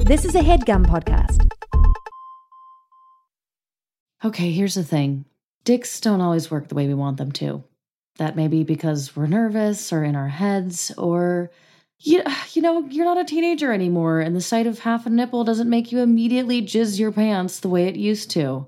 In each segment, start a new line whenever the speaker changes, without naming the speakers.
This is a headgum podcast.
Okay, here's the thing dicks don't always work the way we want them to. That may be because we're nervous or in our heads, or you, you know, you're not a teenager anymore, and the sight of half a nipple doesn't make you immediately jizz your pants the way it used to.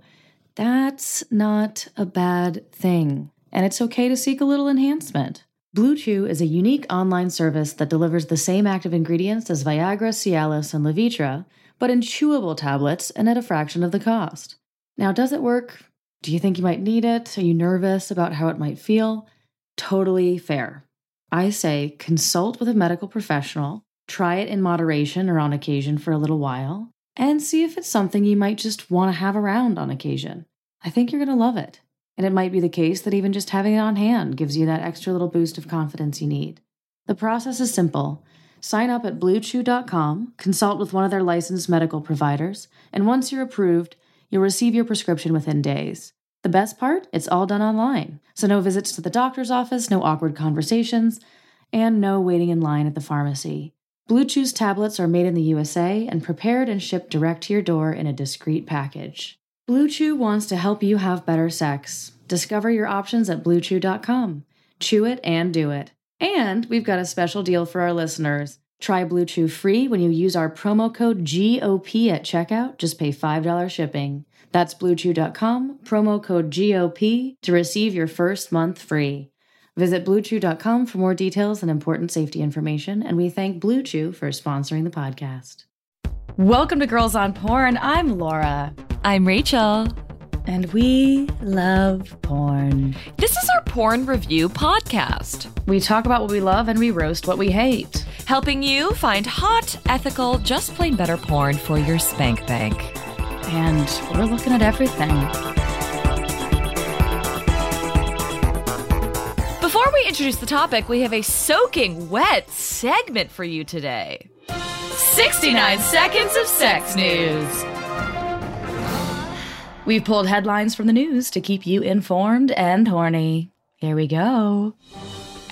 That's not a bad thing, and it's okay to seek a little enhancement. Blue Chew is a unique online service that delivers the same active ingredients as Viagra, Cialis, and Levitra, but in chewable tablets and at a fraction of the cost. Now, does it work? Do you think you might need it? Are you nervous about how it might feel? Totally fair. I say consult with a medical professional, try it in moderation or on occasion for a little while, and see if it's something you might just want to have around on occasion. I think you're going to love it. And it might be the case that even just having it on hand gives you that extra little boost of confidence you need. The process is simple. Sign up at bluechew.com, consult with one of their licensed medical providers, and once you're approved, you'll receive your prescription within days. The best part? It's all done online. So no visits to the doctor's office, no awkward conversations, and no waiting in line at the pharmacy. Blue Chew's tablets are made in the USA and prepared and shipped direct to your door in a discreet package. Blue Chew wants to help you have better sex. Discover your options at bluechew.com. Chew it and do it. And we've got a special deal for our listeners. Try Blue Chew free when you use our promo code GOP at checkout. Just pay $5 shipping. That's bluechew.com, promo code GOP to receive your first month free. Visit bluechew.com for more details and important safety information, and we thank Blue Chew for sponsoring the podcast.
Welcome to Girls on Porn. I'm Laura.
I'm Rachel.
And we love porn.
This is our porn review podcast,
We talk about what we love and we roast what we hate.
helping you find hot, ethical, just plain better porn for your spank bank.
And we're looking at everything.
Before we introduce the topic, we have a soaking wet segment for you today 69 seconds of sex news.
We've pulled headlines from the news to keep you informed and horny. Here we go.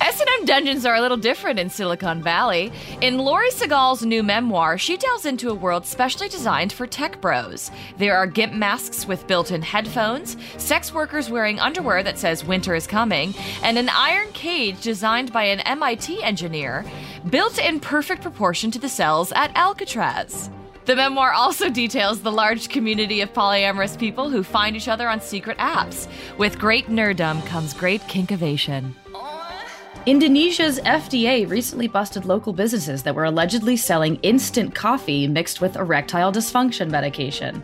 S&M dungeons are a little different in Silicon Valley. In Lori Segal's new memoir, she delves into a world specially designed for tech bros. There are gimp masks with built-in headphones, sex workers wearing underwear that says winter is coming, and an iron cage designed by an MIT engineer, built in perfect proportion to the cells at Alcatraz. The memoir also details the large community of polyamorous people who find each other on secret apps. With great nerddom comes great kinkivation.
Indonesia's FDA recently busted local businesses that were allegedly selling instant coffee mixed with erectile dysfunction medication.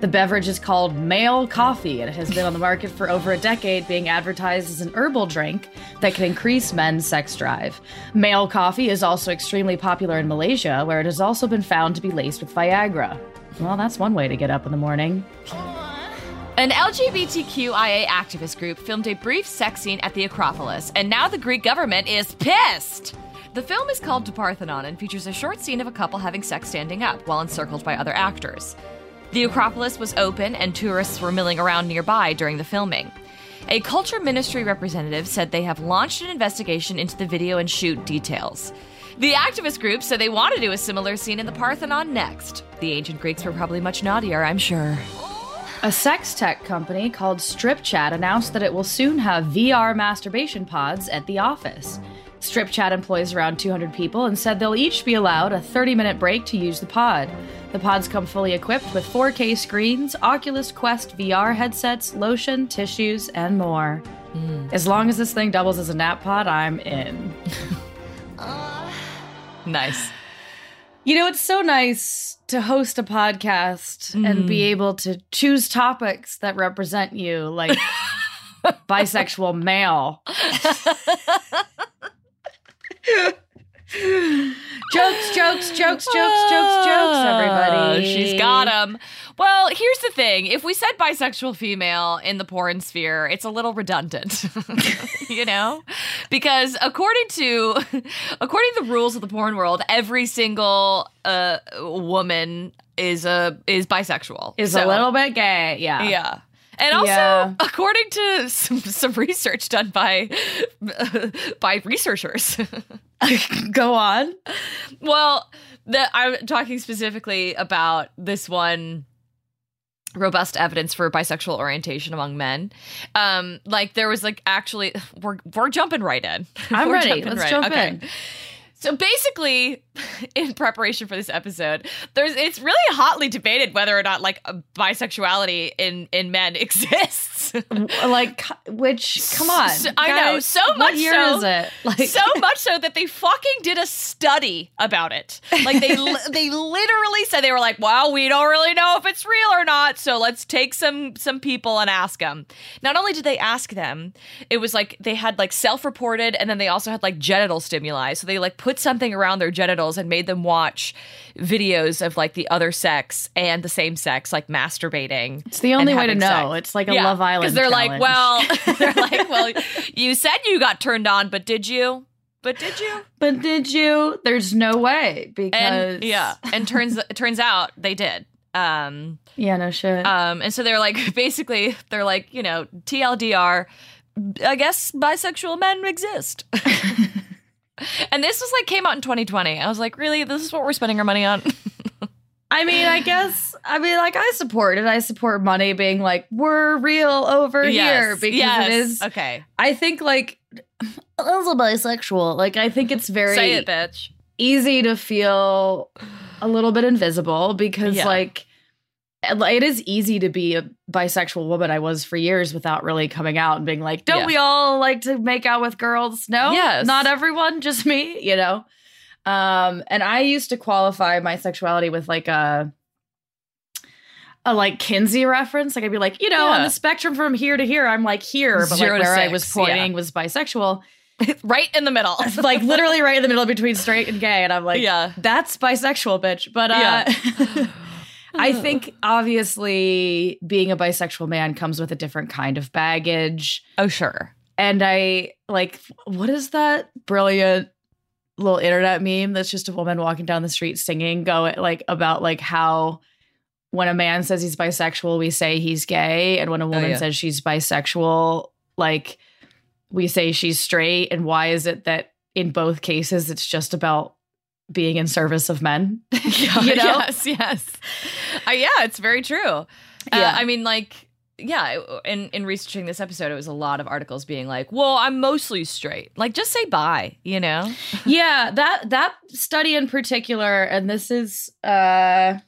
The beverage is called male coffee and it has been on the market for over a decade, being advertised as an herbal drink that can increase men's sex drive. Male coffee is also extremely popular in Malaysia, where it has also been found to be laced with Viagra. Well, that's one way to get up in the morning.
An LGBTQIA activist group filmed a brief sex scene at the Acropolis, and now the Greek government is pissed! The film is called To Parthenon and features a short scene of a couple having sex standing up while encircled by other actors. The Acropolis was open, and tourists were milling around nearby during the filming. A culture ministry representative said they have launched an investigation into the video and shoot details. The activist group said they want to do a similar scene in the Parthenon next. The ancient Greeks were probably much naughtier, I'm sure.
A sex tech company called StripChat announced that it will soon have VR masturbation pods at the office. StripChat employs around 200 people and said they'll each be allowed a 30 minute break to use the pod. The pods come fully equipped with 4K screens, Oculus Quest VR headsets, lotion, tissues, and more. As long as this thing doubles as a nap pod, I'm in.
Nice.
You know, it's so nice to host a podcast and
Mm.
be able to choose topics that represent you, like bisexual male. jokes, jokes, jokes, jokes, jokes, jokes, everybody.
Oh, She's got them. Well, here's the thing. If we said bisexual female in the porn sphere, it's a little redundant. you know? Because according to according to the rules of the porn world, every single uh, woman is a is bisexual.
Is a
So-
little bit gay, yeah.
yeah. And also,
Yeah.
according to some, some research done by by researchers,
Go on.
Well, the I'm talking specifically about this one robust evidence for bisexual orientation among men. Um, like there was like actually we're we're jumping right in.
I'm
We're
ready.
jumping
Let's
right
jump
Okay.
in.
So basically, in preparation for this episode, there's it's really hotly debated whether or not like bisexuality in in men exists.
Like, which, come on.
So- I know,
guys,
so much
What year
so-
is it? Like,
so much so that they fucking did a study about it. Like they li- they literally said they were like, "Well, we don't really know if it's real or not, so let's take some some people and ask them." Not only did they ask them, it was like they had like self-reported and then they also had like genital stimuli. So they like put something around their genitals and made them watch videos of like the other sex and the same sex like masturbating.
it's the only
and
way to
having
know.
sex.
It's like a
Yeah,
Love Island.
they're like,
challenge.
well, they're like, well, you said you got turned on, but did you? But did you?
but did you? There's no way because
And yeah, and turns it turns out they did. Um,
yeah, no shit.
um, and so they're like, basically, they're like, you know, TLDR. I guess bisexual men exist. and this was like came out in 2020. I was like, really? This is what we're spending our money on?
I mean, I guess I mean, like, I support it. I support money being like we're real over here because
yes.
it is.
okay.
I think like as a bisexual, like I think it's very
Say it, bitch.
easy to feel a little bit invisible because
Yeah.
like it is easy to be a bisexual woman I was for years without really coming out and being like, don't
Yeah.
we all like to make out with girls? No,
Yes.
not everyone, just me, you know? Um, and I used to qualify my sexuality with like a, a like Kinsey reference. Like I'd be like, you know, on
Yeah.
the spectrum from here to here, I'm like here, but
Zero
like
to
where I
six,
was
yeah.
pointing was bisexual.
Right in the middle.
It's, like literally right in the middle between straight and gay. And I'm like,
yeah.
that's bisexual, bitch. But uh,
Yeah.
I think obviously being a bisexual man comes with a different kind of baggage.
Oh, sure.
And I like, what is that brilliant little internet meme that's just a woman walking down the street singing, going like about like how when a man says he's bisexual, we say he's gay, and when a woman
yeah.
says she's bisexual, like we say she's straight. And why is it that in both cases it's just about being in service of men? You know?
Yes, yes. Uh, yeah, it's very true. Uh,
Yeah.
I mean, like, yeah, in, in researching this episode, it was a lot of articles being like, well, I'm mostly straight. Like, just say bye, you know?
yeah that that study in particular and this is uh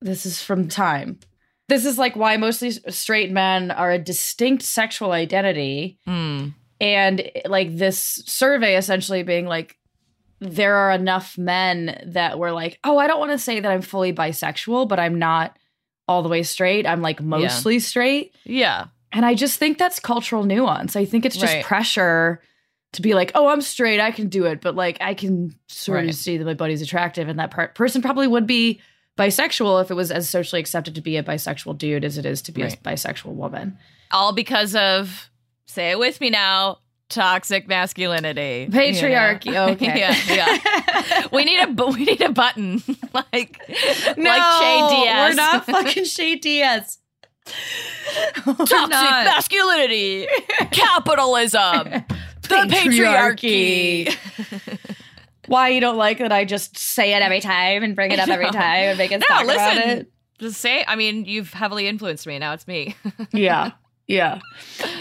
this is from time this is like why mostly s- straight men are a distinct sexual identity
Hmm.
and like this survey essentially being like there are enough men that were like oh i don't want to say that i'm fully bisexual but i'm not all the way straight i'm like mostly straight
Yeah.
and I just think that's cultural nuance. I think it's just
Right.
pressure to be like, oh, I'm straight, I can do it, but like I can sort
Right.
of see that my buddy's attractive, and that per- person probably would be bisexual if it was as socially accepted to be a bisexual dude as it is to be
Right.
a bisexual woman.
All because of, say it with me now, toxic masculinity. you know?
Patriarchy. Okay.
yeah, yeah. We need a bu- we need a button like like Che Diaz.
we're not fucking Shay Diaz. We're
toxic
not.
masculinity, capitalism, the
Patriarchy.
patriarchy.
Why you don't like that I just say it every time and bring it up every
No.
time and make us
No,
talk about
listen.
it?
Just say, I mean, you've heavily influenced me. Now it's me.
yeah yeah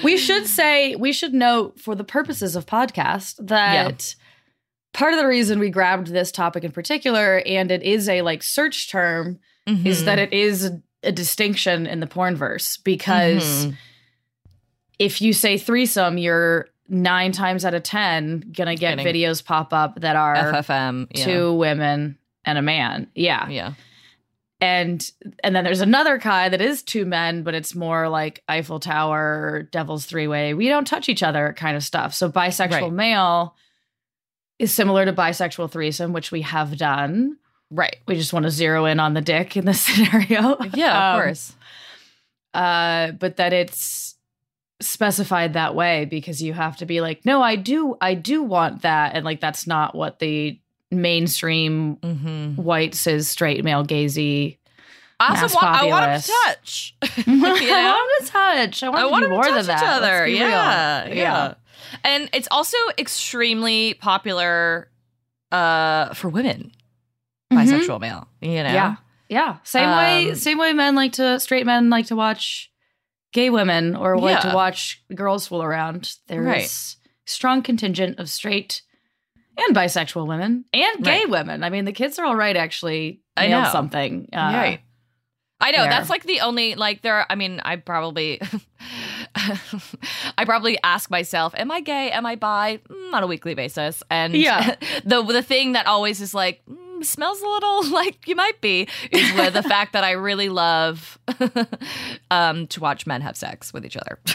we should say we should note for the purposes of podcast that part of the reason we grabbed this topic in particular and it is a like search term is that it is a, a distinction in the porn verse because
Mhm.
if you say threesome you're nine times out of ten gonna get
Kidding.
videos pop up that are
FFM? Yeah.
two women and a man yeah
Yeah.
and and then there's another kind that is two men but it's more like eiffel tower devil's three way we don't touch each other kind of stuff so bisexual
Right.
male is similar to bisexual threesome which we have done
Right.
we just want to zero in on the dick in this scenario
Yeah.
Um,
of course.
uh but that it's specified that way because you have to be like no i do i do want that and like that's not what the mainstream
Mm-hmm.
white cis straight male gazy
I also
Mass
want. I want 'em to
populace.
touch.
Mm-hmm. I want 'em to touch. I want,
I
to
want
do
them
more
to
than
touch
that.
each other.
Let's be real.
Yeah, yeah, And it's also extremely popular uh, for women. bisexual male. You know?
Mm-hmm. Yeah. Yeah. Same way
Um,
same way men like to straight men like to watch gay women or like
Yeah.
to watch girls fool around. There is
Right.
strong contingent of straight and bisexual women and gay
Right.
women. I mean, the kids are all right actually.
I
nailed
know.
something. Uh,
right. I know
there.
that's like the only like there. Are, I mean, I probably, I probably ask myself, "Am I gay? Am I bi?" Mm, on a weekly basis, and
Yeah.
the the thing that always is like mm, smells a little like you might be is with the fact that I really love um, to watch men have sex with each other.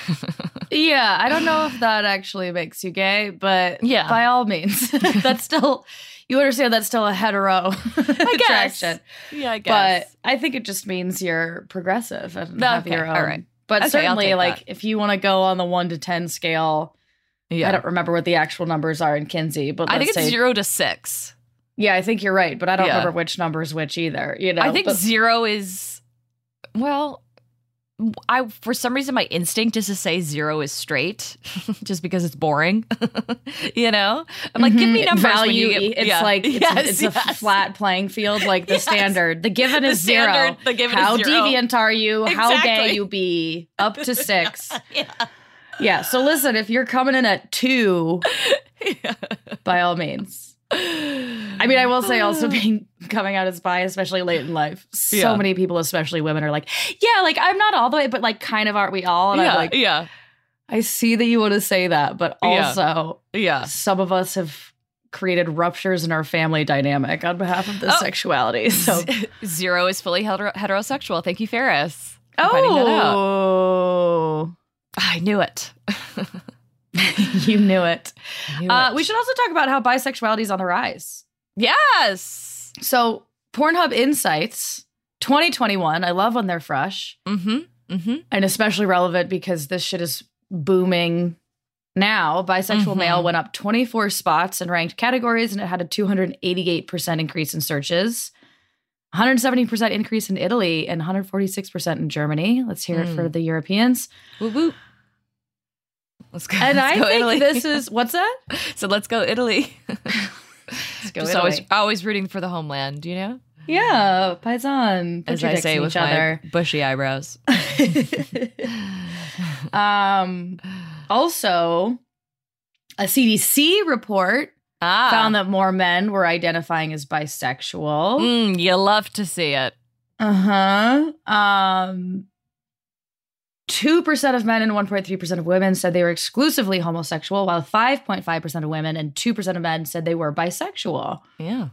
Yeah, I don't know if that actually makes you gay, but
Yeah.
by all means, that's still you understand that's still a hetero I
guess.
attraction.
yeah, I guess.
But I think it just means you're progressive and have
Okay,
your own.
all right.
But
Okay, I'll
certainly,
take
like
that.
if you want to go on the one to ten scale,
yeah,
I don't remember what the actual numbers are in Kinsey, but
I think
let's
it's
say-
zero to six.
Yeah, I think you're right, but I don't
Yeah.
remember which number's which either. You know,
I think
but-
zero is well. I for some reason my instinct is to say zero is straight, just because it's boring. you know, I'm like, give me
Mhm.
numbers.
Value.
when you get,
it's
yeah.
like it's,
Yes,
it's a
yes.
flat playing field, like the
Yes.
standard. The given
The
is zero.
standard, the given is
How
zero.
deviant are you? How gay
Exactly.
you be? Up to six.
Yeah.
yeah. So listen, if you're coming in at two, by all means. I mean, I will say also being coming out as bi, especially late in life, so
Uh. Yeah.
many people, especially women, are like, yeah, like I'm not all the way, but like kind of aren't we all? And
yeah,
I'm like,
yeah,
I see that you want to say that, but
Yeah.
also
yeah.
some of us have created ruptures in our family dynamic on behalf of this
Oh.
sexuality. So
Zero is fully hetero- heterosexual. Thank you, Ferris. for finding that out.
oh,
I knew it.
you knew it.
I knew
Uh,
it.
we should also talk about how bisexuality is on the rise.
yes.
So Pornhub Insights 2021. I love when they're fresh.
Mm-hmm. Mm-hmm.
and especially relevant because this shit is booming now. Bisexual
Mhm.
male went up 24 spots in ranked categories and it had a 288% increase in searches, 170% increase in Italy, and 146% in Germany. Let's hear it for
Mm.
the Europeans.
Woo woo. Let's go.
And
let's
I
go
think
Italy.
this is what's that?
So let's go Italy. Just always always rooting for the homeland, you know?
yeah, paisan.
As I say
in
with
each
my
other.
bushy eyebrows.
um, also, a CDC report
Ah.
found that more men were identifying as bisexual.
Mm, you love to see it.
Uh huh. Um, two percent of men and one point three percent of women said they were exclusively homosexual, while five point five percent of women and two percent of men said they were bisexual.
Yeah.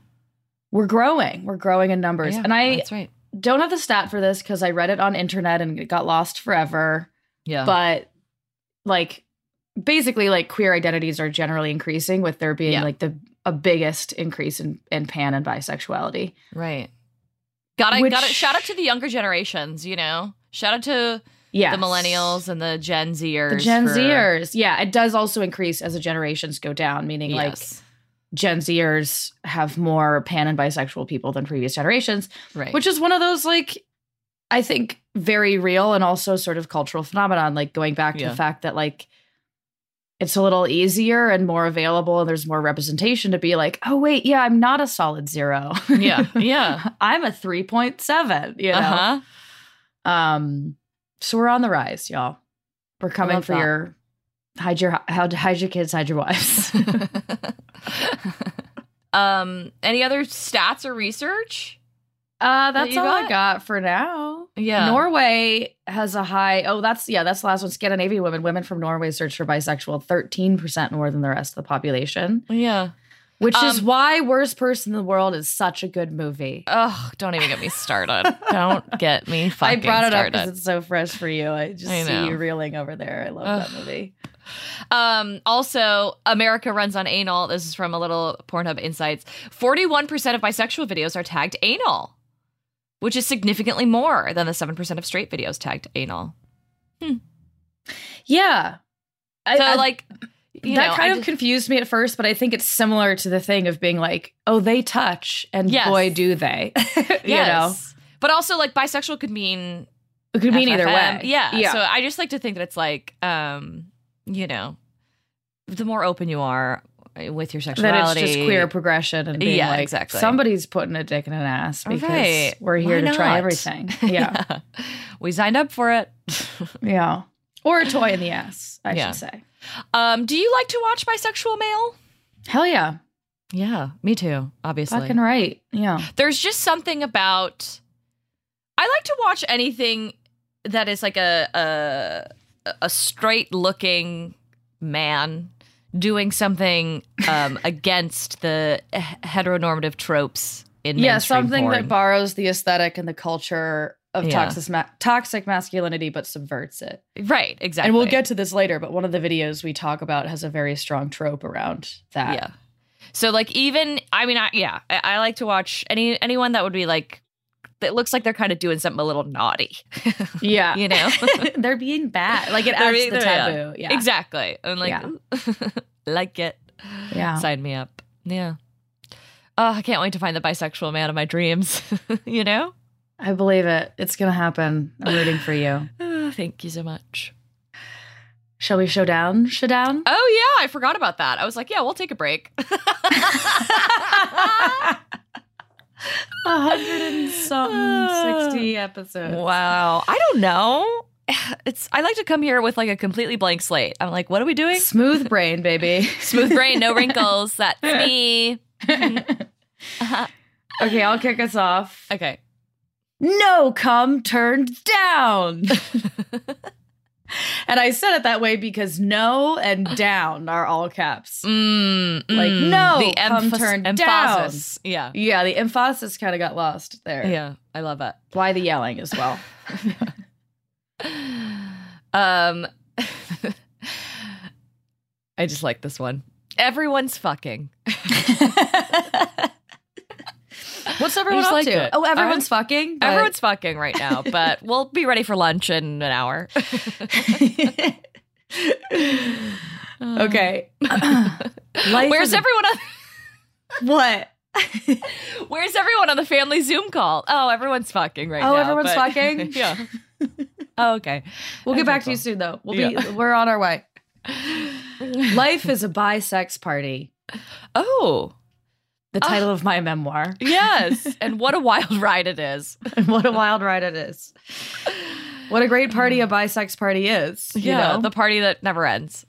We're growing. We're growing in numbers,
yeah,
and I
That's right.
don't have the stat for this because I read it on internet and it got lost forever.
Yeah.
But like, basically, like queer identities are generally increasing, with there being
Yeah.
like the a biggest increase in, in pan and bisexuality.
right. Got it.
Which-
Got it. Shout out to the younger generations, you know? Shout out to
Yeah,
the millennials and the Gen Zers.
The Gen
for-
Zers. Yeah, it does also increase as the generations go down, meaning
Yes.
like Gen Zers have more pan and bisexual people than previous generations,
right.
which is one of those like I think very real and also sort of cultural phenomenon like going back to
Yeah.
the fact that like it's a little easier and more available and there's more representation to be like, "Oh wait, yeah, I'm not a solid 0.
yeah. Yeah.
I'm a 3.7, you know.
Uh-huh.
Um, so we're on the rise, y'all. We're coming
love
for
that.
your hide your how to hide your kids, hide your wives.
um any other stats or research
uh,
That
that's
you
all
got?
I got for now.
yeah
Norway has a high. Oh, that's yeah, that's the last one. Scandinavian women, women from Norway, search for bisexual, thirteen percent more than the rest of the population,
yeah
which is
Um,
why "Worst Person in the World" is such a good movie.
oh don't even get me started don't get me
I
fucking
brought it up
started
because it's so fresh for you. I just
I
see
know.
you reeling over there. I love that movie.
um also america runs on anal this is from a little pornhub insights 41% of bisexual videos are tagged anal which is significantly more than the 7% of straight videos tagged anal
Yeah, I-
so
I-
like you
that
know,
kind
I
of
just-
confused me at first, but I think it's similar to the thing of being like, oh, they touch, and
Yes.
boy, do they. You know,
yes. but also like bisexual could mean
it could mean either way.
FFM. Yeah.
Yeah.
So I just like to think that it's like, um, you know, the more open you are, uh, with your
That
sexuality.
it's just queer progression and being
Yeah,
like
exactly.
somebody's putting a dick in an ass because
Right.
we're here
Why
to try
not?
everything. Yeah.
yeah. We signed up for it.
yeah. Or a toy in the ass, I
Yeah.
should say.
Um, do you like to watch bisexual male?
Hell yeah.
Yeah, me too, obviously.
Fucking right. Yeah.
There's just something about I like to watch anything that is like a a, a straight looking man doing something um, against the h- heteronormative tropes in
Yeah,
mainstream
something
porn.
that borrows the aesthetic and the culture of
Yeah.
toxic ma- toxic masculinity but subverts it.
right exactly
And we'll get to this later, but one of the videos we talk about has a very strong trope around that.
Yeah. So like even I mean I yeah I, I like to watch any anyone that would be like that looks like they're kind of doing something a little naughty,
Yeah.
you know?
They're being bad. Like it
They're
adds to
being-
the
yeah.
taboo. Yeah.
Exactly. And like like it.
Yeah.
Sign me up. Yeah. Oh, I can't wait to find the bisexual man of my dreams. you know?
I believe it. It's gonna happen. I'm rooting for you.
Oh, thank you so much.
Shall we show down? Showdown?
Oh yeah, I forgot about that. I was like, yeah, we'll take a break.
160 episodes.
wow. I don't know. It's I like to come here with like a completely blank slate. I'm like, what are we doing?
Smooth brain, baby.
Smooth brain, no wrinkles. That's me.
okay, I'll kick us off.
Okay.
No cum turned down. and I said it that way because no and down are all caps.
Mm,
Like,
mm.
no,
the
come
emphas-
turn
emphasis. Yeah.
Yeah, the emphasis kind of got lost there.
Yeah. I love it.
Why the yelling as well?
Um, I just like this one. Everyone's fucking.
What's everyone
just
up
like
to?
it.
Oh, everyone's fucking. but-
Everyone's fucking right now, but we'll be ready for lunch in an hour.
okay. Uh, Life
Where's
is a-
everyone? On,
What?
where's everyone on the family Zoom call? Oh, everyone's fucking right now.
Oh, everyone's
but-
fucking?
yeah. Oh, okay.
We'll get back to you
Ethical.
soon, though. We'll
Yeah.
be. We're on our way. Life is a bisex party.
Oh,
The title of my memoir.
yes. and what a wild ride it is.
And what a wild ride it is. What a great party a bisex party is. you
yeah,
know?
the party that never ends.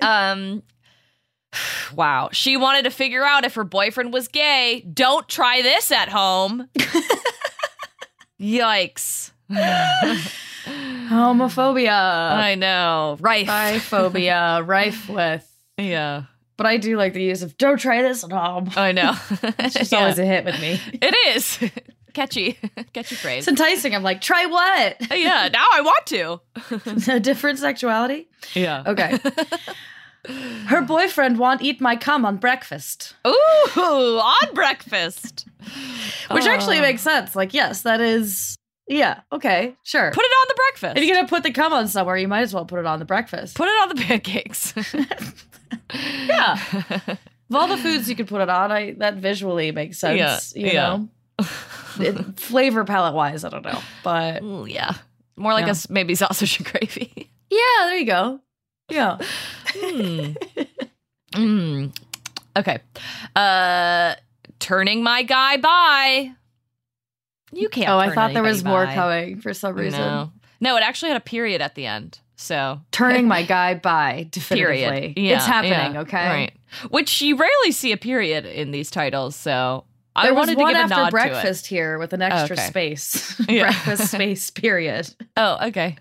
um wow. She wanted to figure out if her boyfriend was gay. Don't try this at home. Yikes.
homophobia,
I know. Rife.
biphobia, rife with.
Yeah.
But I do like the use of "don't try this at home."
I know.
It's just
Yeah.
always a hit with me.
It is. Catchy. Catchy phrase.
It's enticing. I'm like, try what?
yeah, now I want to.
a different sexuality?
Yeah.
Okay. Her boyfriend won't eat my cum on breakfast,
Ooh, on breakfast.
which actually
Oh.
makes sense. Like, yes, that is. Yeah. Okay. Sure.
Put it on the breakfast.
if you're gonna put the cum on somewhere, you might as well put it on the breakfast.
Put it on the pancakes.
yeah. of all the foods you could put it on, I that visually makes sense.
Yeah,
You
yeah.
know. It- flavor palette wise, I don't know, but
Ooh, yeah. More like
Yeah.
a s- maybe sausage and gravy.
yeah, there you go. Yeah.
Mm. mm. Okay. Uh turning my guy by. You can't.
oh, I
turn
thought there was
anybody
more
by.
coming for some reason.
No. no, it actually had a period at the end. So
Turning my guy by definitively.
period. Yeah,
it's happening.
yeah,
okay.
Right. Which you rarely see a period in these titles, so I
There was
wanted to
one
give a
after
nod
breakfast here with an extra
Okay.
space.
Yeah.
breakfast space period.
to it. Oh, okay.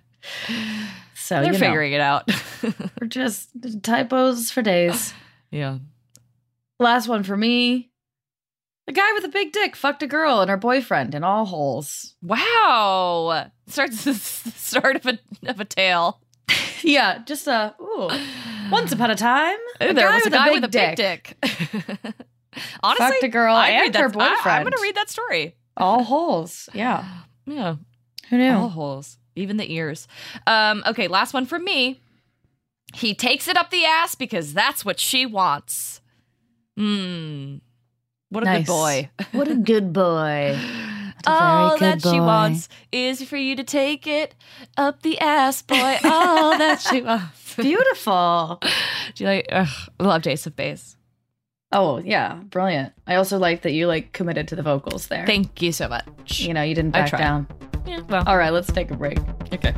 So
They're
Oh, you know,
figuring it out.
we're just typos for days.
yeah.
Last one for me. A guy with a big dick fucked a girl and her boyfriend in all holes.
Wow. Starts the start of a of a tale.
Yeah, just a ooh. Once upon a time, a
there
guy
was a
with a
guy
big
with a
dick,
big dick. Honestly,
fucked a girl
I'd
and
read
her
that- I-
boyfriend.
I'm gonna read that Oh, story.
all holes. Yeah,
Yeah,
who knew?
all holes, even the ears. Um, okay, last one from me. He takes it up the ass because that's what she wants. Hmm. What a
Nice.
good boy.
What a good
a
boy.
very
All
good
that she
boy.
wants is for you to take it up the ass, boy. All that she wants.
Beautiful.
Do you like? Ugh, love Ace of Base.
Oh, yeah. Brilliant. I also like that you like committed to the vocals there.
Thank you so much.
you know, you didn't
I
back
tried.
down.
Yeah, well,
All right, let's take a break.
okay.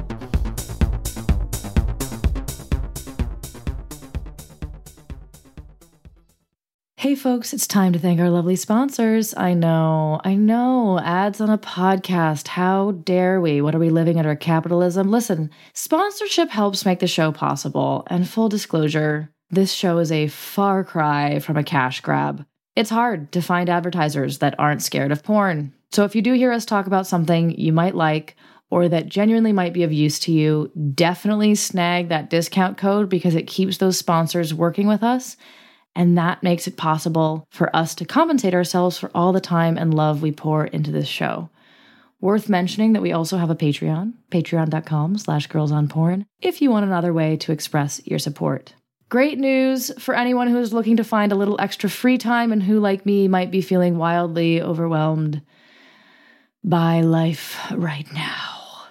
Hey, folks, it's time to thank our lovely sponsors. I know, I know, ads on a podcast. How dare we? What are we living under capitalism? Listen, sponsorship helps make the show possible. And full disclosure, this show is a far cry from a cash grab. It's hard to find advertisers that aren't scared of porn. So if you do hear us talk about something you might like, or that genuinely might be of use to you, definitely snag that discount code because it keeps those sponsors working with us and that makes it possible for us to compensate ourselves for all the time and love we pour into this show. Worth mentioning that we also have a Patreon, patreon.com slash girls on porn, if you want another way to express your support. Great news for anyone who is looking to find a little extra free time and who, like me, might be feeling wildly overwhelmed by life right now.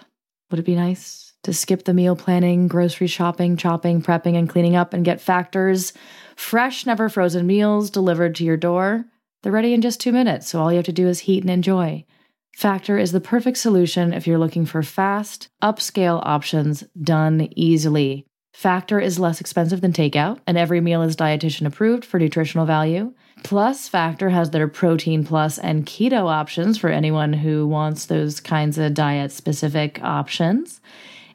Would it be nice to skip the meal planning, grocery shopping, chopping, prepping, and cleaning up and get factors? Fresh, never frozen meals delivered to your door. They're ready in just two minutes, so all you have to do is heat and enjoy. Factor is the perfect solution if you're looking for fast, upscale options done easily. Factor is less expensive than takeout, and every meal is dietitian approved for nutritional value. Plus, Factor has their protein plus and keto options for anyone who wants those kinds of diet specific options.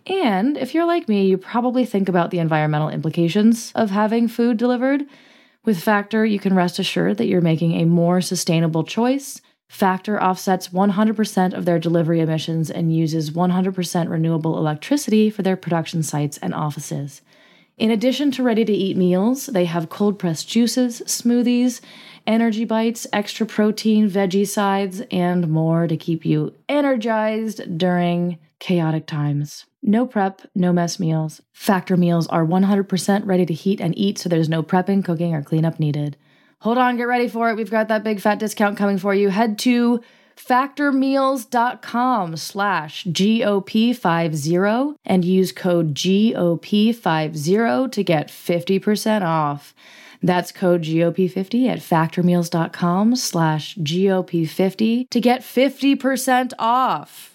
And if you're like me, you probably think about the environmental implications of having food delivered. With Factor, you can rest assured that you're making a more sustainable choice. Factor offsets 100% of their delivery emissions and uses 100% renewable electricity for their production sites and offices. In addition to ready to eat meals, they have cold pressed juices, smoothies, energy bites, extra protein, veggie sides, and more to keep you energized during chaotic times. No prep, no mess meals. Factor meals are 100% ready to heat and eat, so there's no prepping, cooking, or cleanup needed. Hold on, get ready for it. We've got that big fat discount coming for you. Head to factormeals.com slash GOP50 and use code GOP50 to get 50% off. That's code GOP50 at factormeals.com slash GOP50 to get 50% off.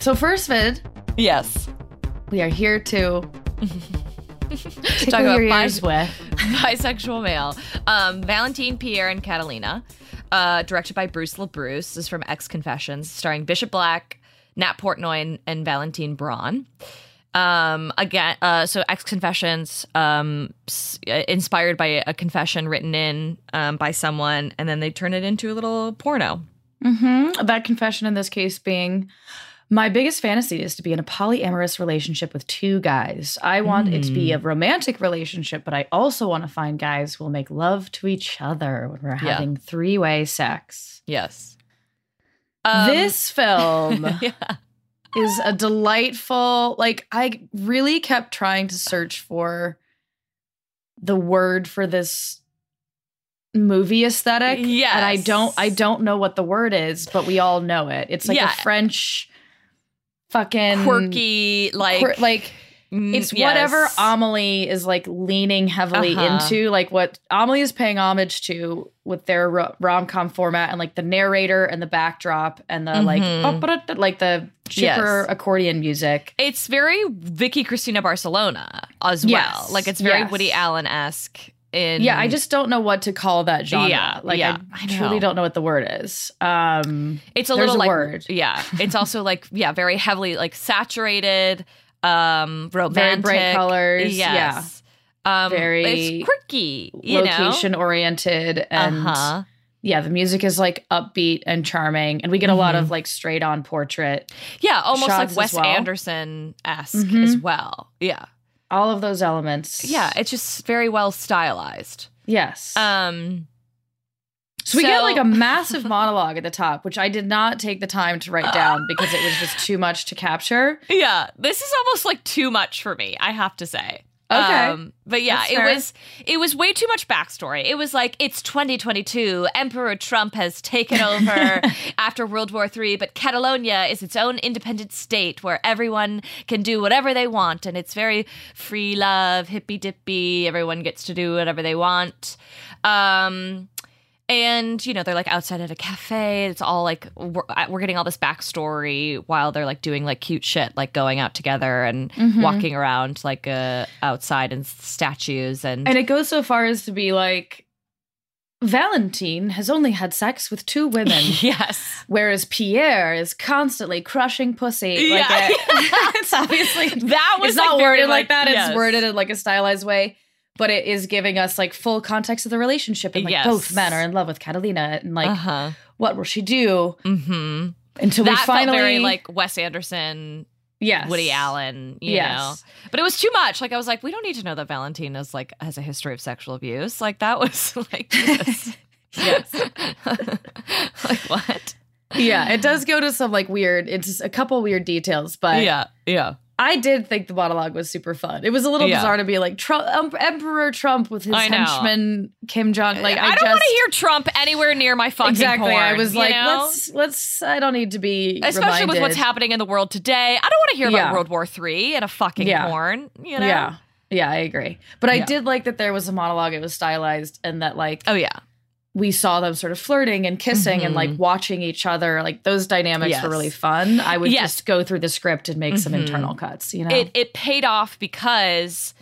So, first vid,
Yes.
we are here to
Talk about
your
bi-
ears with.
bisexual male. Um, Valentine, Pierre, and Catalina. Uh, directed by Bruce LaBruce. This is from X Confessions, starring Bishop Black, Nat Portnoy, and, and Valentine Braun. Um, again, uh, so X Confessions, um, s- uh, inspired by a confession written in um, by someone, and then they turn it into a little porno.
Mm-hmm. That confession in this case being my biggest fantasy is to be in a polyamorous relationship with two guys. I want it to be a romantic relationship, but I also want to find guys who will make love to each other when we're
Yeah.
having three way sex.
Yes. Um,
this film
yeah.
is a delightful, like, I really kept trying to search for the word for this movie aesthetic
Yes.
and i don't i don't know what the word is but we all know it it's like
Yeah.
a french fucking
quirky, like,
quir- like
mm,
it's whatever
yes.
amelie is like leaning heavily
Uh-huh.
into like what amelie is paying homage to with their ro- rom-com format and like the narrator and the backdrop and the
Mhm.
like ba-ba-da-da, like the cheaper
Yes.
accordion music
It's very Vicky Cristina Barcelona as well.
Yes,
Like it's very
yes.
Woody Allen esque. In
yeah i just don't know what to call that genre
Yeah,
like
yeah,
i,
I
truly
know.
don't know what the word is um
it's a
there's
little
a
like
word.
yeah. It's also like yeah, very heavily like saturated, um,
very
romantic,
bright colors yeah
Yes. Um,
Very
it's quirky, you know?
location oriented and
uh-huh.
yeah, the music is like upbeat and charming, and we get a lot
Mm-hmm.
of like straight on portrait.
Yeah, almost
Shots
like
as
Wes
well.
Anderson esque
Mhm.
as well. Yeah.
All of those elements.
Yeah, it's just very well stylized.
Yes.
Um
so we get
so-
like a massive monologue at the top, which I did not take the time to write down because it was just too much to capture.
yeah, this is almost like too much for me, I have to say. Um,
Okay.
but yeah,
That's
it
fair.
was it was way too much backstory. It was like it's 2022, Emperor Trump has taken over after World War III, but Catalonia is its own independent state where everyone can do whatever they want, and it's very free love, hippy dippy. Everyone gets to do whatever they want. Um, and you know they're like outside at a cafe it's all like we're, we're getting all this backstory while they're like doing like cute shit like going out together and walking around like uh outside and statues and,
And it goes so far as to be like Valentine has only had sex with two women,
yes
whereas Pierre is constantly crushing pussy. Like
Yeah.
it- it's obviously
that was
it's not
like, very,
worded like that.
yes.
It's worded in like a stylized way, but it is giving us like full context of the relationship. And like
Yes.
both men are in love with Catalina, and like
uh-huh
what will she do
mm-hmm
until we
that
finally
felt very like wes anderson
yes.
woody allen you
Yes.
know but it was too much like i was like we don't need to know that valentina's like has a history of sexual abuse like that was like Jesus. yes like what
Yeah, it does go to some like weird. It's just a couple weird details, but
yeah yeah
I did think the monologue was super fun. It was a little
Yeah.
bizarre to be like Trump, um, Emperor Trump with his
I know.
henchman Kim Jong. Like I,
I, don't
just
want to hear Trump anywhere near my fucking
exactly. I
porn,
was
you
like,
know?
let's let's. I don't need to be
especially with what's
reminded.
happening in the world today. I don't want to hear about
Yeah.
World War Three and a fucking
Yeah.
porn. You know?
Yeah, yeah, I agree. But I
Yeah.
did like that there was a monologue. It was stylized, and that like
Oh yeah.
we saw them sort of flirting and kissing and like watching each other. Like those dynamics
Mm-hmm. Yes.
were really fun. I would
Yes. Mm-hmm.
just go through the script and make some internal cuts. You know,
It it paid off because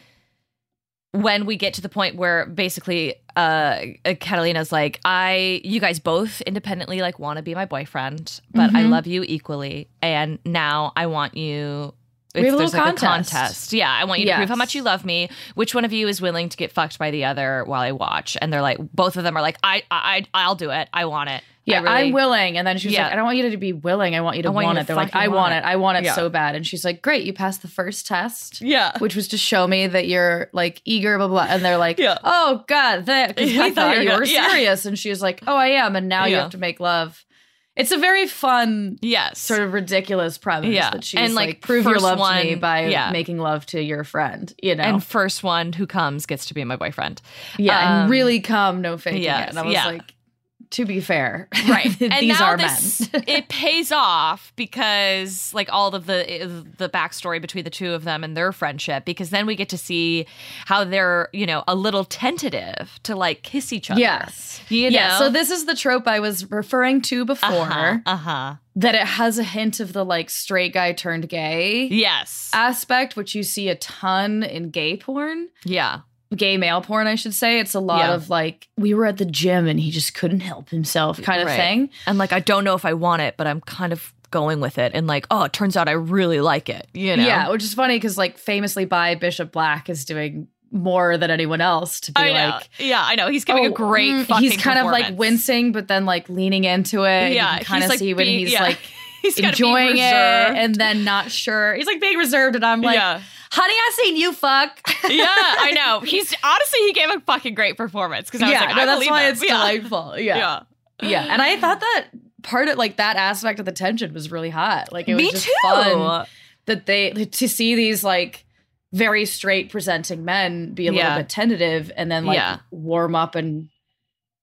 when we get to the point where basically uh Catalina's like, I you guys both independently like want to be my boyfriend, but
Mm-hmm.
I love you equally, and now I want you.
We have a
it's-
little
there's, like,
contest.
contest. Yeah, I want you to prove how
Yes.
much you love me. Which one of you is willing to get fucked by the other while I watch? And they're like, both of them are like, I, I, I'll do it. I want it.
Yeah,
I really-
am willing. And then she was
Yeah.
like, I don't want you to be willing. I want you to
I want you
want,
to
it. They're like,
fucking
I
want
want
it.
it. I want it
Yeah.
so bad. And she's like, Great, you passed the first test.
Yeah.
Which was to show me that you're like eager, blah, blah. blah. And they're like,
Yeah.
Oh, God, that, because
Yeah, I
we
thought
thought
you
you
were
were
gonna- yeah.
serious. And she was like, Oh, I am. And now you
Yeah.
have to make love. It's a very fun,
Yes.
sort of ridiculous premise
Yeah.
that she's
And, like,
like, Prove your
first
love
one-
to me by
yeah.
making love to your friend, you know?
And first one who comes gets to be my boyfriend.
yeah,
um,
and really come, no faking
yes,
it. And I was
yeah.
like, To be fair,
right
these
and now
are men.
this it pays off because like all of the eh, the backstory between the two of them and their friendship because then we get to see how they're you know a little tentative to like kiss each other
Yes.
you know
Yeah. So this is the trope I was referring to before
uh-huh, uh-huh.
that it has a hint of the like straight guy turned gay
yes
aspect, which you see a ton in gay porn.
yeah
Gay male porn, I should say. It's a lot
Yeah.
of like, we were at the gym and he just couldn't help himself kind of
Right.
thing.
and like i don't know if i want it but i'm kind of going with it and like oh it turns out i really like it you know
Yeah. Which is funny because like famously by Bishop Black is doing more than anyone else to be
I know.
like,
Oh, yeah, I know. He's giving a
oh,
great.
mm,
fucking
He's kind of like
performance.
wincing, but then like leaning into it.
Yeah,
Yeah. You kind of
he's, like,
see when
being-
he's
yeah.
like,
He's gotta be
enjoying it
reserved.
and then not sure. He's like being reserved, and I'm like,
Yeah.
honey, I seen you fuck.
yeah, I know. He's honestly he gave a fucking great performance because I was
yeah,
like,
no,
I
that's
believe
why
him.
it's
yeah.
delightful. Yeah. yeah,
Yeah,
And I thought that part of like that aspect of the tension was really hot. Like it was
me
just
too.
fun that they to see these like very straight presenting men be a
Yeah.
little bit tentative and then like
Yeah.
warm up and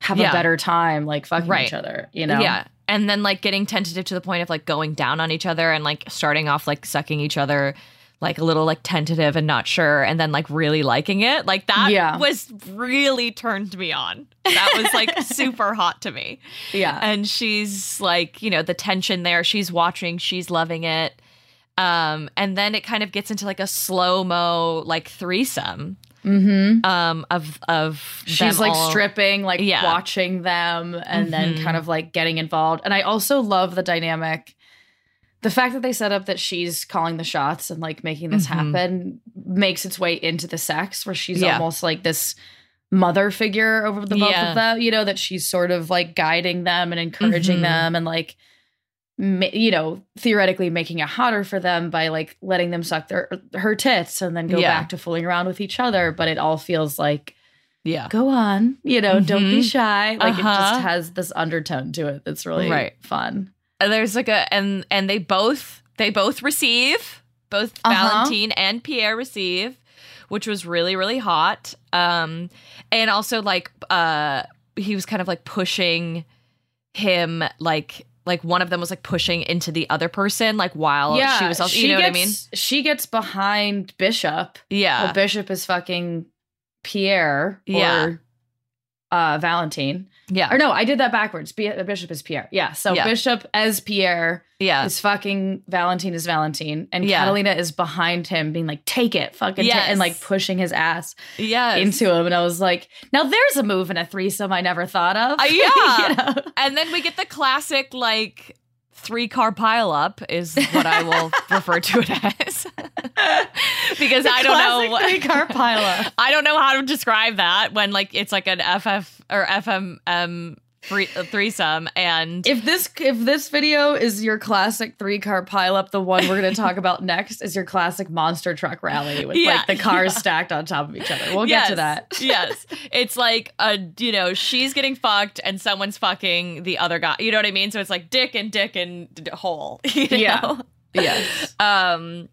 have
Yeah.
a better time like fucking
Right.
each other. You know?
Yeah, and then like getting tentative to the point of like going down on each other and like starting off like sucking each other. Like a little like tentative and not sure, and then like really liking it. Like that
Yeah.
was really turned me on. That was like super hot to me.
Yeah.
and she's like you know the tension there she's watching she's loving it um and then it kind of gets into like a slow mo like threesome
mm-hmm.
um of of them
She's like
all-
stripping, like
Yeah. Mm-hmm.
watching them and then kind of like getting involved. And I also love the dynamic. The fact that they set up that she's calling the shots and like making this
Mhm.
happen makes its way into the sex where she's
Yeah.
almost like this mother figure over the both
Yeah.
of them, you know, that she's sort of like guiding them and encouraging
Mhm.
them and like, ma- you know, theoretically making it hotter for them by like letting them suck their her tits and then go
Yeah.
back to fooling around with each other. But it all feels like,
Yeah.
go on, you know, don't be
Mhm.
shy. Like it
Uh-huh.
just has this undertone to it that's really
Right.
fun.
And there's like a and and they both they both receive both
Uh-huh.
valentine and pierre receive which was really really hot um and also like uh he was kind of like pushing him like like one of them was like pushing into the other person like while she was also you know
gets,
what i mean
She gets behind Bishop.
yeah
Well, Bishop is fucking Pierre
Yeah.
or uh, Valentine.
yeah
Or no, I did that backwards. B- Bishop is Pierre. Yeah. So
Yeah.
Bishop as Pierre
yeah
is fucking Valentine is Valentine. And
Yeah.
Catalina is behind him being like, take it, fucking ta-"
Yes.
and like pushing his ass
yeah
into him. And I was like, now there's a move in a threesome I never thought of.
Uh,
You
yeah.
know?
And then we get the classic like three car pile up is what I will refer to it as. because I don't know what
Classic three-car pileup.
I don't know how to describe that when like it's like an FF or FMM three, uh, threesome and
If this if this video is your classic three car pileup, the one we're going to talk about next is your classic monster truck rally with
Yeah,
like the cars stacked on top of each other. We'll get to that.
yes. It's like a you know, she's getting fucked and someone's fucking the other guy. You know what I mean? So it's like dick and dick and d- hole. you
Yeah.
know?
Yes.
um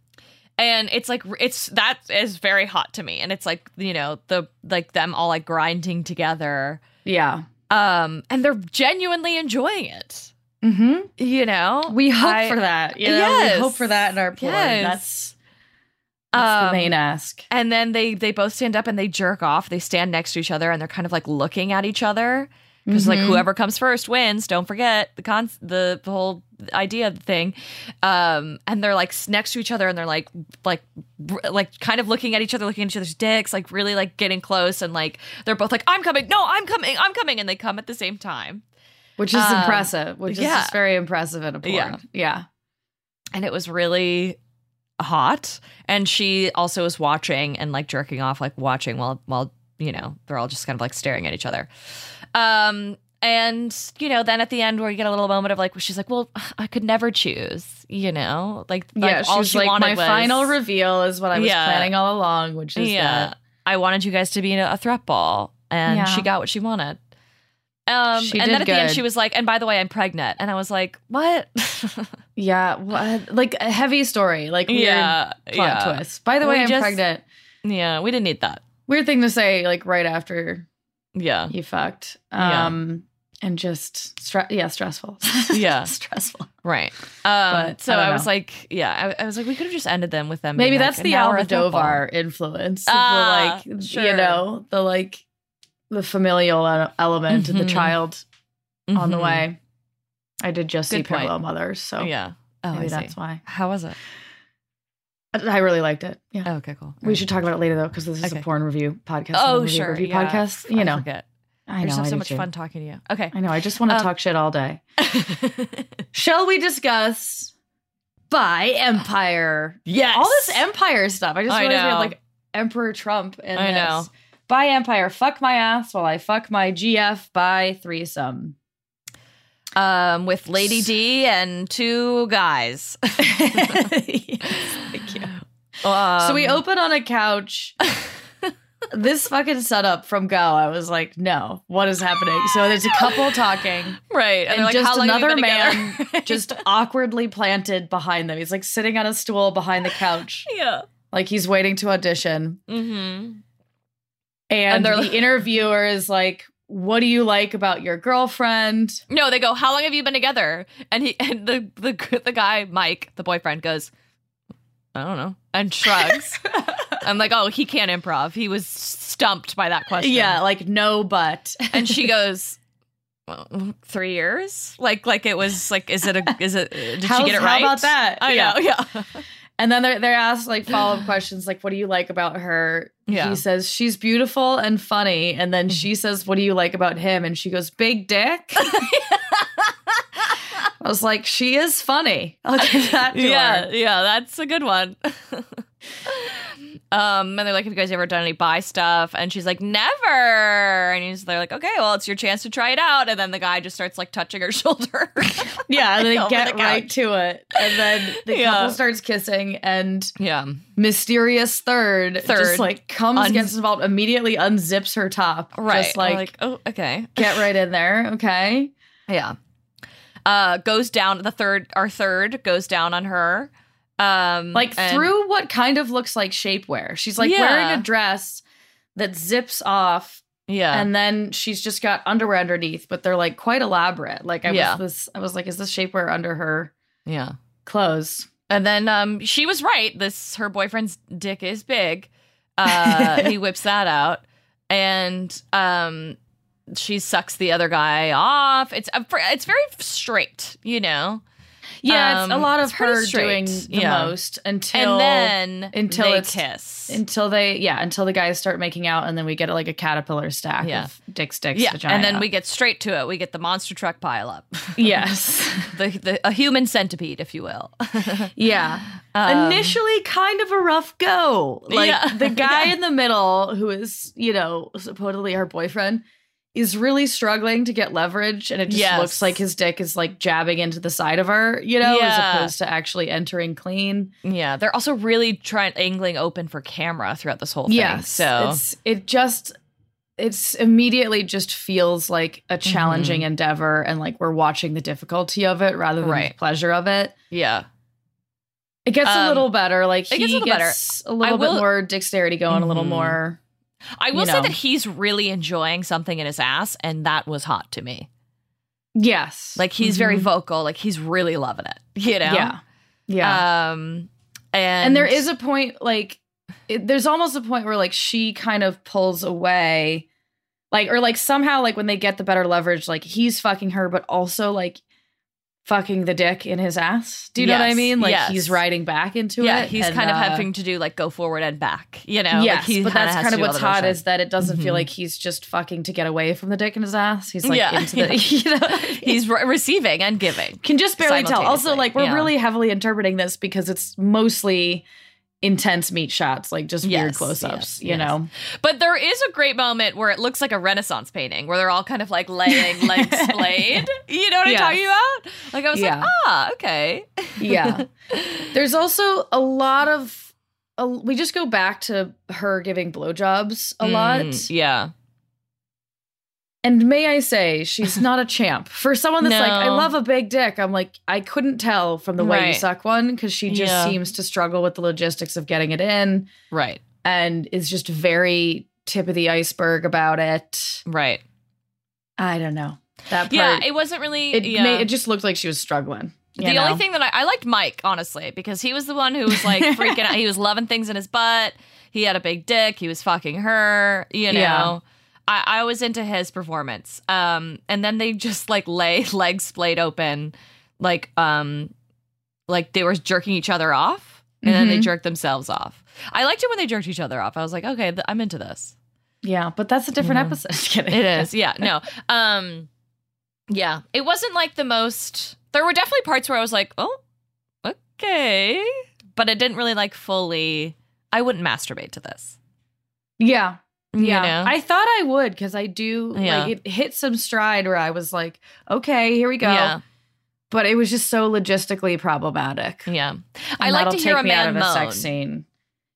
and it's like it's that is very hot to me and it's like you know the like them all like grinding together
Yeah.
um and they're genuinely enjoying it
Mm-hmm.
you know
We hope
I-
for that. You know?
Yes.
We hope for that in our porn.
Yes.
That's, that's
Um,
the main ask.
and then they they both stand up and they jerk off they stand next to each other and they're kind of like looking at each other because like
Mhm.
whoever comes first wins don't forget the con the, the whole idea of the thing um and they're like s- next to each other and they're like like br- like kind of looking at each other looking at each other's dicks like really like getting close and like they're both like i'm coming no i'm coming i'm coming and they come at the same time
Which is
um,
impressive. Which is
yeah.
just very impressive in a porn.
Yeah.
Yeah.
and it was really hot and she also was watching and like jerking off like watching while while you know they're all just kind of like staring at each other um and you know then at the end where you get a little moment of like she's like well i could never choose you know like, like
yeah.
all
she's
she
like,
wanted
my
was-
final reveal is what I was
Yeah.
planning all along, which is
yeah
that
i wanted you guys to be a threat ball and
Yeah.
she got what she wanted um
She
and
did
then at the end
good.
she was like and by the way i'm pregnant and i was like what
Yeah, what? like a heavy story, like weird
yeah
plot
yeah
twist. By the way,
We
I'm
just-
pregnant.
yeah we didn't need that
Weird thing to say, like right after
yeah
you fucked.
Uh, Yeah.
Um, and just stre- yeah, stressful.
Yeah.
stressful.
Right. Um,
But
so
I
I,
don't
was
know.
like, yeah, I, I was like, we could have just ended them with them.
Maybe
being like,
that's
"And
the
now we're a
Almodovar influence. of
Ah,
the, like
sure.
you know, the like the familial ele- element of
Mhm.
the child
football."
on the
Mhm.
way. I did just see
Good point.
parallel mothers, so
Yeah. Oh, I
maybe
see.
that's why.
How was it?
I- I really liked it. Yeah.
Oh, okay, cool.
We should talk about it later though, because this is
Okay.
a porn review podcast. and a
Oh,
movie
sure.
Review
yeah.
podcast.
I
You know,
forget.
I
I
know.
just
I
have so
do
much
too.
fun talking to you. Okay.
I know. I just want to
Um,
talk shit all day. Shall we discuss by empire?
yes.
All this empire stuff. I just
I
realized we
know.
had like Emperor Trump and
I
this.
know.
By empire, fuck my ass while I fuck my GF by threesome.
um, with Lady D and two guys.
Thank you. so we
Um,
open on a couch. this fucking setup from Go, I was like, no, what is happening? So there's a couple talking.
right,
and,
they're like,
just
"How long have you
another
been
man
together?"
just awkwardly planted behind them. He's like sitting on a stool behind the couch,
yeah.
like he's waiting to audition.
Mm-hmm.
And,
they're
the
like-
interviewer is like, "What do you like about your girlfriend?"
No, they go, "How long have you been together?" And he and the the the guy, Mike, the boyfriend, goes, "I don't know," and shrugs. I'm like, "Oh, he can't improv. He was stumped by that question."
Yeah, like no, but
and she goes, well, three years? Like, like it was like, is it a is it? Did she
How's-
get it
how
right?
about that?
I
Yeah.
know. Yeah.
and then they're they're asked like follow up questions, like, "What do you like about her?"
Yeah. Mm-hmm.
He says she's beautiful and funny, and then she says, "What do you like about him?" And she goes, "Big dick." I was like, "She is funny." I'll give that to her.
yeah, yeah, that's a good one. Um, and they're like, "Have you guys ever done any buy stuff?" And she's like, "Never." And he's, they're like, "Okay, well, it's your chance to try it out." And then the guy just starts like touching her shoulder.
Yeah, and they
Over
get
Oh, the
right
couch.
to it. And then the
Yeah.
couple starts kissing and
yeah.
mysterious third,
Third.
just like comes,
Un-
gets involved, immediately unzips her top.
Right.
Just like,
oh, okay.
get right in there. Okay.
Yeah. Uh, goes down the third. Our third goes down on her. Um,
Like
and-
through what kind of looks like shapewear. She's like
Yeah.
wearing a dress that zips off
Yeah.
and then she's just got underwear underneath, but they're like quite elaborate. Like I
Yeah.
was this I was like, is this shapewear under her
yeah.
clothes?
And then um, she was right. This her boyfriend's dick is big. Uh, he whips that out, and um, she sucks the other guy off. It's uh, fr- it's very straight, you know.
Yeah, it's
Um,
a lot of
it's pretty
her
straight.
doing the
Yeah.
most until
and then
until
they
it's-
kiss.
until they yeah until the guys start making out and then we get like a caterpillar stack
Yeah.
of dick sticks
yeah,
vagina.
and then we get straight to it. We get the monster truck pile up,
yes
the, the a human centipede, if you will.
yeah
Um,
initially kind of a rough go like
Yeah.
the guy in the middle who is you know supposedly her boyfriend is really struggling to get leverage and it just
Yes.
looks like his dick is like jabbing into the side of her you know
Yeah.
as opposed to actually entering clean
Yeah, they're also really trying angling open for camera throughout this whole thing. so
it's it just it's immediately just feels like a
Mm-hmm.
challenging endeavor and like we're watching the difficulty of it rather than
Right.
the pleasure of it.
yeah,
It gets
Um,
a little better. Like
it
he
gets a little better.
gets a little
I will-
bit more dexterity going, a little
Mhm.
more.
I will
you
say
know.
that he's really enjoying something in his ass, and that was hot to me.
Yes,
Like he's very
Mhm.
vocal, like he's really loving it. You know?
yeah, yeah.
Um and,
and there is a point like it, there's almost a point where like she kind of pulls away, like or like somehow like when they get the better leverage, like he's fucking her, but also like fucking the dick in his ass. Do you know what I
Yes,
mean? Like
yes.
he's riding back into
yeah,
it.
he's
and,
kind of
uh,
having to do like go forward and back, you know?
yes,
like, he
but
kinda
that's
has
kind
to
of
do all
what's
the
hot
motion.
is that it doesn't feel
Mhm.
like he's just fucking to get away from the dick in his ass. He's like
Yeah,
into the, you know,
he's re- receiving and giving.
can just barely tell. Also,
Simultaneously,
like we're
yeah.
really heavily interpreting this because it's mostly intense meat shots, like just weird
Yes,
close-ups,
yes,
you
yes.
know.
But there is a great moment where it looks like a Renaissance painting where they're all kind of like laying legs splayed. You know what
Yes.
I'm talking about? Like I was
Yeah.
like, ah, okay.
Yeah. There's also a lot of a, we just go back to her giving blowjobs a
Mm,
lot.
yeah.
And may I say, she's not a champ. For someone that's like, I
No.
love a big dick, I'm like, I couldn't tell from the way you
Right.
suck one because she just
Yeah.
seems to struggle with the logistics of getting it in
Right.
and is just very tip of the iceberg about it.
Right.
I don't know. That part,
Yeah,
it,
it wasn't really
it,
yeah.
made, it just looked like she was struggling. you
the
know?
only thing that I, I liked Mike, honestly, because he was the one who was like freaking out. He was loving things in his butt. He had a big dick. He was fucking her, you know.
Yeah.
I, I was into his performance. Um, and then they just like lay legs splayed open, like um like they were jerking each other off, and then they
Mhm.
jerked themselves off. I liked it when they jerked each other off. I was like, okay, th- I'm into this.
Yeah, but that's a different
Yeah.
episode. Just kidding.
Mm-hmm. It is, yeah. No. Um Yeah. It wasn't like the most there were definitely parts where I was like, oh, okay. But it didn't really like fully I wouldn't masturbate to this.
Yeah.
you
Yeah.
know?
I thought I would because I do
Yeah.
like it hit some stride where I was like, okay, here we go.
Yeah.
But it was just so logistically problematic.
Yeah. I
And
like to
that'll
hear
take
a
me out
man
of a
moan.
sex scene.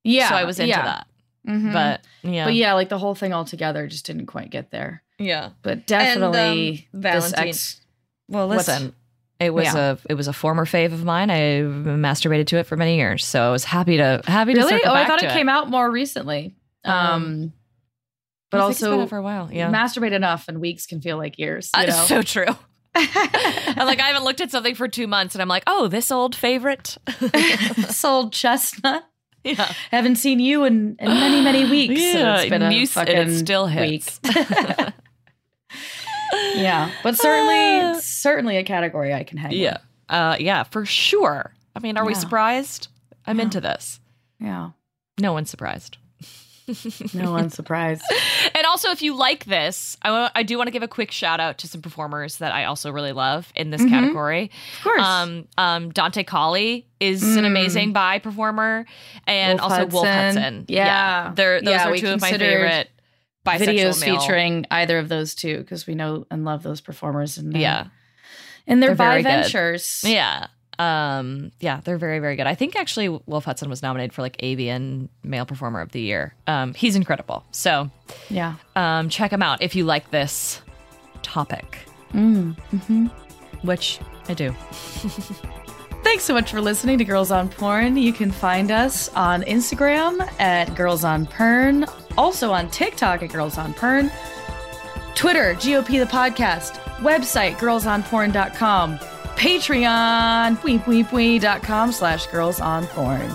Yeah.
So I was into
yeah.
that.
Mhm.
But yeah.
But yeah, like the whole thing altogether just didn't quite get there.
yeah.
But
And, um,
definitely this
Valentine-
ex
Well
What's-
listen. It was a it was a former fave of mine. I masturbated to it for many years, so I was happy to happy to
Really?
circle
Oh, I
back
thought
to
it came out more recently. Um,
Um,
but
I think it's been
also
out for a while. Yeah,
masturbate enough and weeks can feel like years. You
Uh,
know?
so true. I'm like, I haven't looked at something for two months, and I'm like, oh, this old favorite.
this old chestnut.
yeah.
Haven't seen you in, in many, many weeks. and
Yeah,
it's been a
and you s- and it
fucking
still hits.
week. yeah, but certainly, certainly a category I can hang.
Ah. Yeah. Uh, yeah, for sure. I mean, are we
Yeah.
surprised? I'm into this.
with. yeah.
No one's surprised.
No, I'm surprised.
And also, if you like this, I wa- I do want to give a quick shout out to some performers that I also really love in this
Mhm.
category.
of course.
Um, um, Dante Colley is an
Mm.
amazing bi performer, and
Wolf
also Wolf
Hudson.
Hudson.
Yeah.
They're, those
Yeah,
are
we
two of my
considered
favorite bisexual
videos
male-
featuring either of those two because we know and love those performers and uh,
Yeah,
and they're,
They're
by
very good.
ventures.
yeah, um, yeah. They're very, very good. I think actually Wolf Hudson was nominated for like Avian Male Performer of the Year. Um, he's incredible. So
yeah.
um, check him out if you like this topic,
Mm, mm-hmm.
which I do.
Thanks so much for listening to Girls on Porn. You can find us on Instagram at Girls on Pern, also on TikTok at Girls on Pern, Twitter, GOP the podcast, website, girlsonporn.com, Patreon, weep, weep, weep, dot com slash girls on porn.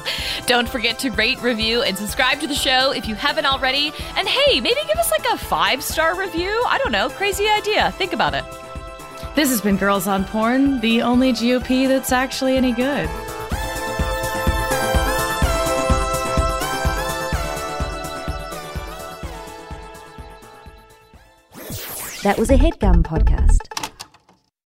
Don't forget to rate, review, and subscribe to the show if you haven't already. And hey, maybe give us like a five star review. I don't know. Crazy idea. Think about it.
This has been Girls on Porn, the only GOP that's actually any good.
That was a headgum podcast.